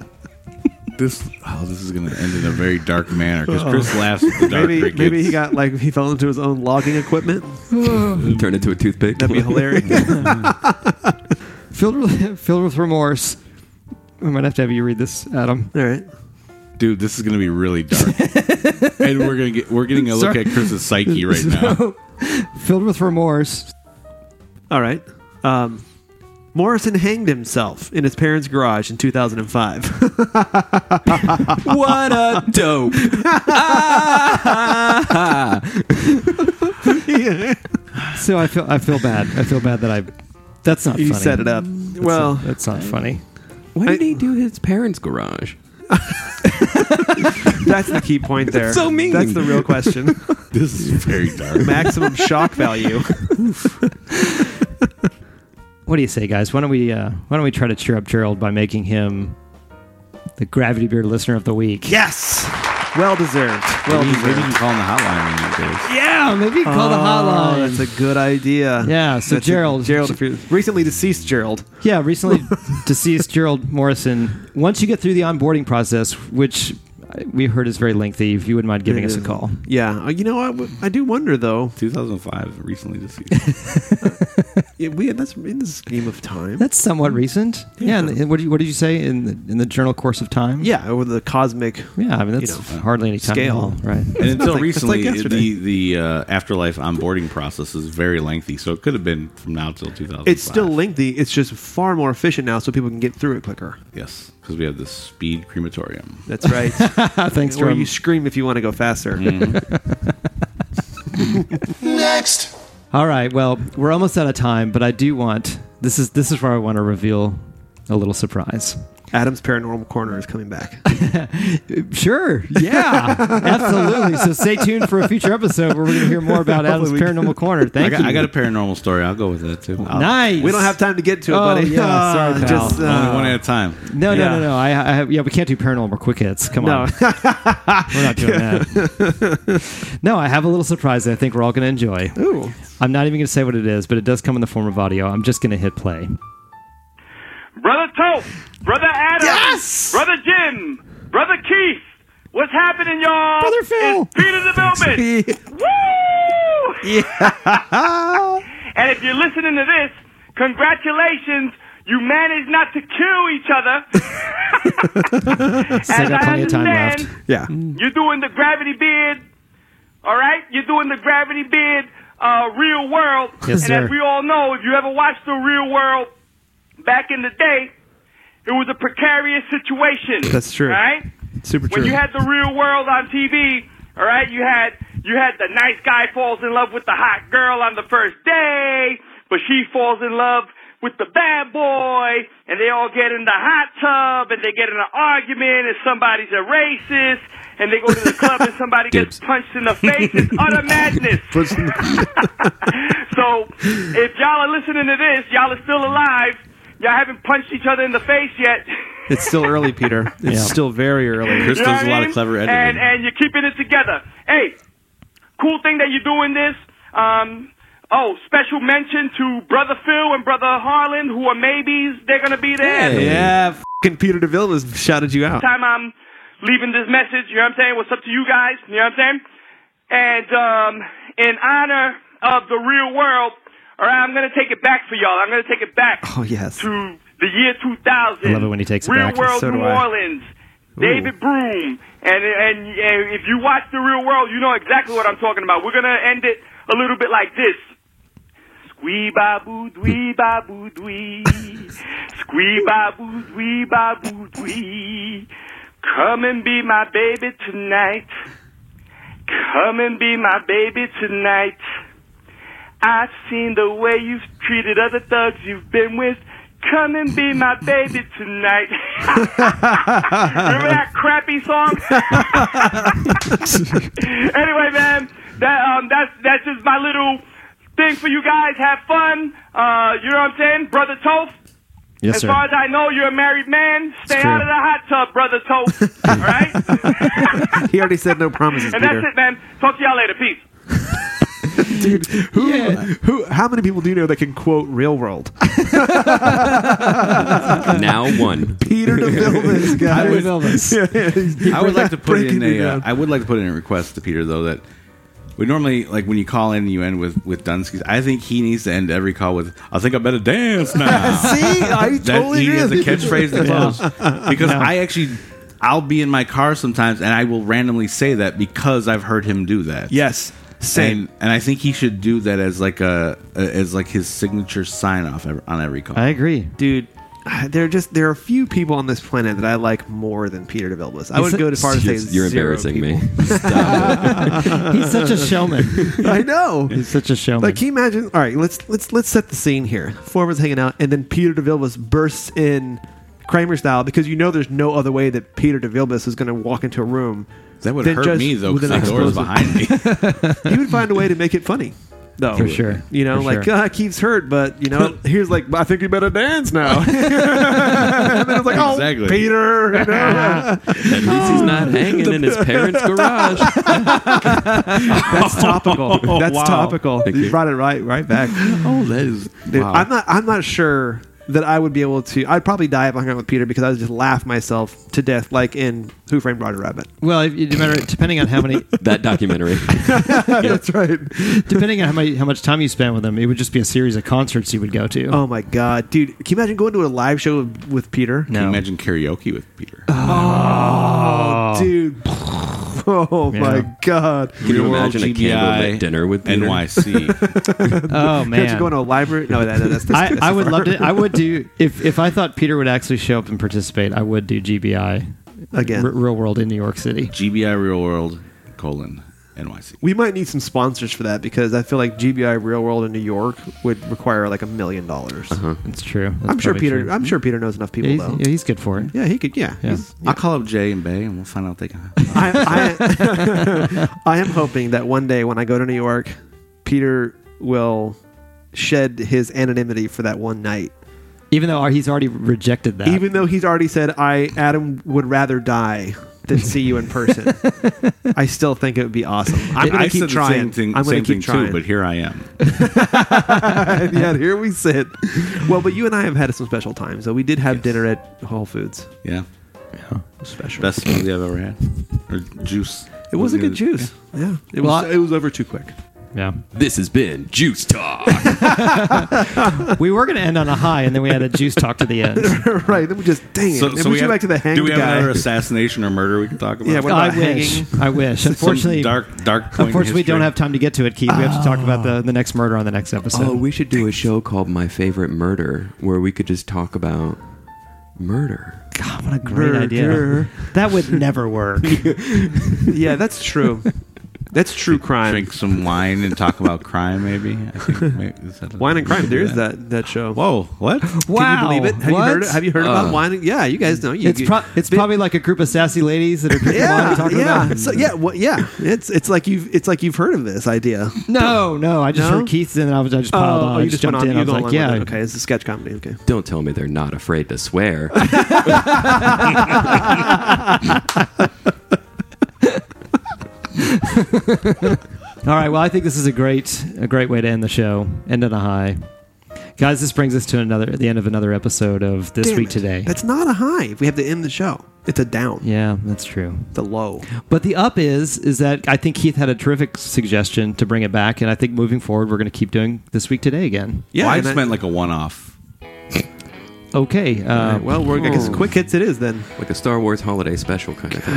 This oh, this is going to end in a very dark manner because Chris laughs at the dark
maybe
crickets.
maybe he got like he fell into his own logging equipment.
Turn into a toothpick.
That'd be hilarious.
filled with, filled with remorse. We might have to have you read this, Adam.
All right.
dude. This is going to be really dark, and we're going to get we're getting a look
Sorry.
at Chris's psyche right now.
Filled with remorse,
All right. Um, Morrison hanged himself in his parents' garage in 2005.
what a dope.
so I feel I feel bad. I feel bad that I. That's not.
you
funny.
set it up.
That's
well,
not- that's not funny.
Why
did
did
he
he do his parents' garage?
that's the key point there.
so mean.
That's the real question.
This is very dark.
Maximum shock value.
What do you say, guys? Why don't we uh, Why don't we try to cheer up Gerald by making him the Gravity Beard Listener of the Week?
Yes. Well deserved. Well
maybe, maybe you can
deserved.
call him the hotline these days.
Yeah, maybe you can call the
Oh,
hotline.
That's a good idea.
Yeah, so
That's a-
Gerald-
Gerald, if you're- recently deceased Gerald.
Yeah, recently deceased Gerald Morrison. Once you get through the onboarding process, which we heard is very lengthy, if you wouldn't mind giving us a call.
Yeah. Uh, You know, I, w- I do wonder though.
2005, recently deceased.
Yeah, we that's in the scheme of time.
That's somewhat
Hmm.
recent. Yeah. and, and what, did you, what did you say in the, in the journal course of time?
yeah, over the cosmic.
Yeah. I mean, that's
You know,
hardly any time. at
scale.
all, right?
and until
like- it's like
recently,
yesterday.
the the uh, afterlife onboarding process is very lengthy, so it could have been from now till 2005.
It's still lengthy. It's just far more efficient now, so people can get through it quicker.
yes, because we have the speed crematorium.
That's right.
Ah, Thanks, Mm.
or
Jerome.
you scream if you want to go faster.
All right. Well, we're almost out of time, but I do want this is this is where I want to reveal a little surprise.
Adam's paranormal corner is coming back.
Sure. Yeah. absolutely. So stay tuned for a future episode where we're going to hear more about Adam's Paranormal Corner.
I
Thank
got,
you.
I got a paranormal story. I'll go with that too. I'll-
nice.
uh, we don't have time to get to it,
Oh,
buddy.
yeah,
Ah,
sorry, pal.
just uh,
Only one at a time.
No,
Yeah.
no, no, no. I, I have, yeah, we can't do paranormal quick hits. Come
No.
on. we're not doing that. no, I have a little surprise that I think we're all going to enjoy.
ooh.
I'm not even going to say what it is, but it does come in the form of audio. I'm just going to hit play.
Brother Tope, Brother Adam, Brother Jim, Brother Keith, What's happening, y'all?
Brother Phil.
It's Peter the Velvet. Woo! And if you're listening to this, congratulations. You managed not to kill each other.
They
As
got
I
plenty of time
understand,
left.
Yeah.
You're doing the gravity beard, all right? You're doing the gravity beard, uh, real world.
Yes,
and
sir.
as we all know, if you ever watched the real world back in the day, it was a precarious situation.
That's true.
All right?
Super
When
true.
you had the real world on TV, all right, you had you had the nice guy falls in love with the hot girl on the first day, but she falls in love with the bad boy, and they all get in the hot tub, and they get in an argument, and somebody's a racist, and they go to the club, and somebody gets
Dibs.
punched in the face. It's utter madness. so, if y'all are listening to this, y'all are still alive. Y'all haven't punched each other in the face yet.
it's still eily, Peter. It's still very early.
Chris
You know
does a
what I
lot
mean?
of clever editing.
And, and you're keeping it together. Hey, cool thing that you're doing this. Um, oh, special mention to Brother Phil and Brother Harlan, who are maybes. They're going to be there.
Hey.
Yeah, f***ing Peter DeVille has shouted you out.
Time I'm leaving this message, you know what I'm saying? What's up to you guys? You know what I'm saying? And um, in honor of the real world, all right, I'm going to take it back for y'all. I'm going to take it back
Oh, yes.
to the year 2000.
I love it when he takes it
Real
back.
World
So do
New
I.
Orleans. David Broom. And, and and if you watch The Real World, you know exactly what I'm talking about. We're going to end it a little bit like this. Squee ba boo dwee ba boo dwee. Squee ba boo dwee ba boo dwee. Come and be my baby tonight. Come and be my baby tonight. I've seen the way you've treated other thugs you've been with. Come and be my baby tonight. Remember that crappy song? anyway, man, that um, that's that's just my little thing for you guys. Have fun. Uh, you know what I'm saying, brother Toph?
Yes,
As
sir.
far as I know, you're a married man. Stay
true.
out of the hot tub, brother Toph. All right,
He already said no promises,
and that's
Peter.
it, man. Talk to y'all later. Peace.
Dude, who, who, how many people do you know that can quote real world?
now one.
Uh, Peter DeVille, this guy.
I would- I would like to put
breaking
in
me
a. Uh,
down.
I would like to put in a request to Peter though that we normally like when you call in, you end with with Dunsky's. I think he needs to end every call with "I think I better dance now."
See, I
that
totally
he
agree.
is a
with you.
catchphrase to close because I actually I'll be in my car sometimes and I will randomly say that because I've heard him do that.
Yes, same.
And, and I think he should do that as like a as like his signature sign off on every call.
I agree.
dude. There are just there are a few people on this planet that I like more than Peter DeVille is. I would go to far to say
You're,
zero
you're embarrassing
people.
me. Stop it.
He's such a showman.
I know.
He's such a showman.
Like, can you imagine? All right, let's let's let's set the scene here. Four of us hanging out, and then Peter DeVilbiss bursts in Kramer style because you know there's no other way that Peter DeVilbiss is going to walk into a room.
That would
Then
hurt
just
me though
with
because the
an
door is
explosive-
behind me.
He would find a way to make it funny, though.
For sure.
You know,
For
like
sure.
uh, Keith's hurt, but you know, he's like, I think you better dance now. and then it's like, oh,
Exactly.
Peter. you know?
At least he's not hanging in his parents' garage.
That's
Oh,
topical. That's topical.
Thank
you
you.
brought it right right back.
oh, that is.
Dude,
wow.
I'm not. I'm not sure that I would be able to. I'd probably die if I hung out with Peter because I would just laugh myself to death, like in Who Framed Roger Rabbit.
well, if you- no matter, depending on how many,
That documentary.
That's right.
depending on how, many, how much time you spend with him, it would just be a series of concerts you would go to.
Oh my god, dude! Can you imagine going to a live show with, with Peter?
no.
Imagine karaoke with Peter.
Uh, Oh, dude. Oh my god!
Can you
Real
imagine a
World GBI
candlelit dinner with Peter?
NYC.
oh
Can't you
man.
go to a library? No, that, that's, that's
I, I would love to. I would do if if I thought Peter would actually show up and participate. I would do GBI
again.
R- Real World in New York City.
GBI Real World colon NYC.
we might need some sponsors for that because I feel like GBI Real World in New York would require like a million dollars.
It's true. That's
I'm sure
probably
Peter.
Uh-huh. true.
I'm sure Peter knows enough people
yeah, he's,
though.
yeah, he's good for it.
Yeah, he could. Yeah,
Yeah.
he's-
I'll call up Jay and Bay and we'll find out they can.
I, I, I am hoping that one day when I go to New York, Peter will shed his anonymity for that one night.
Even though he's already rejected that.
Even though he's already said, I, Adam, would rather die than see you in person, I still think it would be awesome. I'm going
I
to keep
said The same
trying.
thing,
I'm
same
going to keep
thing
trying.
too, but here I am.
and yet, here we sit. Well, but you and I have had some special times. So we did have dinner at Whole Foods.
Yeah,
Special.
best smoothie I've ever had. Or juice.
It was a good juice. Yeah, it was.
Well, I-
it was over too quick.
Yeah.
This has been Juice Talk.
We were going to end on a high, and then we had a juice talk to the end.
right. Then we just dang it. Then we, go
have-
back to the hanged
Do we have
guy.
another assassination or murder we can talk about?
Yeah, what
I
about
wish.
hanging?
I wish.
Some
Uh, Unfortunately,
dark, dark. Point in
unfortunately, we don't
history.
have time to get to it, Keith. We have to talk about the, the next murder on the next episode.
Oh, we should do a show called My Favorite Murder, where we could just talk about murder.
God, what a great idea.
Murder.
That would never work.
Yeah, that's true. that's true crime.
Drink some wine and talk about crime, maybe. I think maybe is that a-
Wine and crime. There is that that show.
Whoa, what?
wow.
Can you believe it? Have you heard? Have you heard
Uh.
about wine? and- Yeah, you guys know. You,
It's,
you-
pro- it's probably like a group of sassy ladies that are drinking wine
yeah,
and talking
yeah,
about.
so, yeah, well, yeah. It's it's like you've it's like you've heard of this idea.
No, no. I just
No? Oh,
heard Keith's and I was I just piled on. I just jumped in. I was like, yeah.
okay, it's a sketch comedy. Okay,
Don't tell me they're not afraid to swear.
All right. Well, I think this is a great a great way to end the show. End on a high. Guys, this brings us to another the end of another episode of this
Damn
week
it.
today.
That's not a high. We have to end the show. It's a down.
yeah, that's true.
It's a low.
But the up is is that I think Keith had a terrific suggestion to bring it back, and I think moving forward we're going to keep doing this week today again.
Yeah.
well, I
and
just
I-
meant like a one-off.
Okay. Uh,
well, we're, I
oh.
guess quick hits it is then.
like a Star Wars holiday special kind of thing.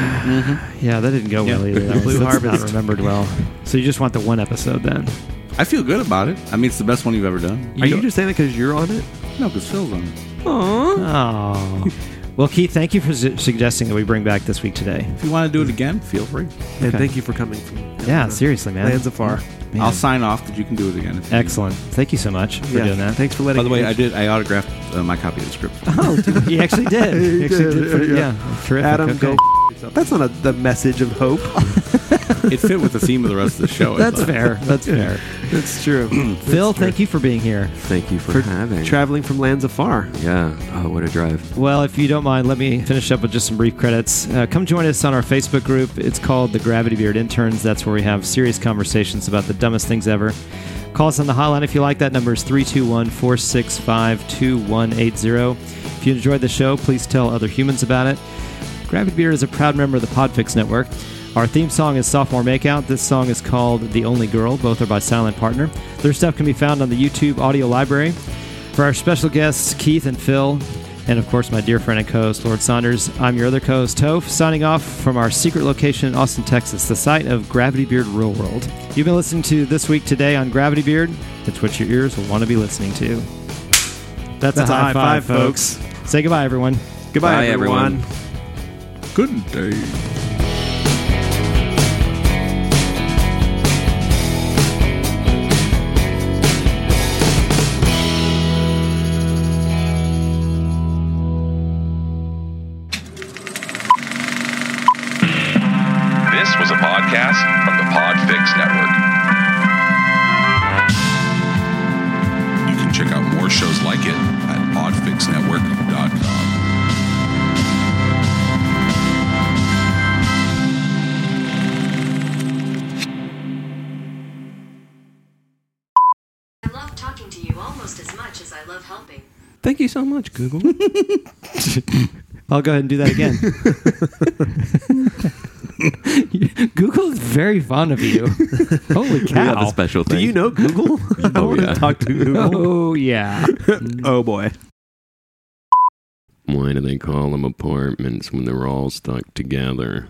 yeah, that didn't go well either. That was,
Blue
that's
Harvest.
not remembered well. So you just want the one episode then?
I feel good about it. I mean, it's the best one you've ever done.
Are you just saying that because you're on it?
No, because Phil's on. it.
Oh. well, Keith, thank you for su- suggesting that we bring back this week today.
If you want to do it again, feel free.
And
Okay.
thank you for coming. From
Yeah, seriously, man.
Lands afar.
Man.
I'll sign off that you can do it again. If you
Excellent. Thank you so much for
Yeah.
doing that.
Thanks for
By
letting.
the way,
me
I did. I autographed uh, my copy of the script.
He actually did. He actually did. for- yeah. Terrific.
Adam,
Okay.
go. f- yourself. That's not a, the message of hope.
it fit with the theme of the rest of the show. I
That's
thought.
fair. That's fair.
That's true.
Phil, thank you for being here.
Thank you for, having.
Traveling from lands afar.
yeah. Oh, what a drive.
Well, if you don't mind, let me finish up with just some brief credits. Uh, come join us on our Facebook group. It's called the Gravity Beard Interns. That's where we have serious conversations about the dumbest things ever. Call us on the hotline if you like. That number is 321 465 2180. If you enjoyed the show, please tell other humans about it. Gravity Beard is a proud member of the Podfix Network. Our theme song is Sophomore Makeout. This song is called The Only Girl. Both are by Silent Partner. Their stuff can be found on the YouTube audio library. For our special guests, Keith and Phil, and of course, my dear friend and co host, Lord Saunders, I'm your other co host, Toph, signing off from our secret location in Austin, Texas, the site of Gravity Beard Real World. You've been listening to This Week Today on Gravity Beard. It's what your ears will want to be listening to. That's, a high, five, folks. Say goodbye, everyone.
Goodbye,
Bye, everyone.
everyone.
Good day.
This was a podcast from the Podfix Network. You can check out more shows like it at podfixnetwork.com.
I love talking to you almost as much as I love helping.
Thank you so much, Google.
I'll go ahead and do that again. Google is very fond of you. Holy
we have a
cow.
special
Do
thing. Oh,
you know Google? I want
yeah.
to talk to Google.
Oh, yeah.
oh boy.
Why do they call them apartments when they're all stuck together?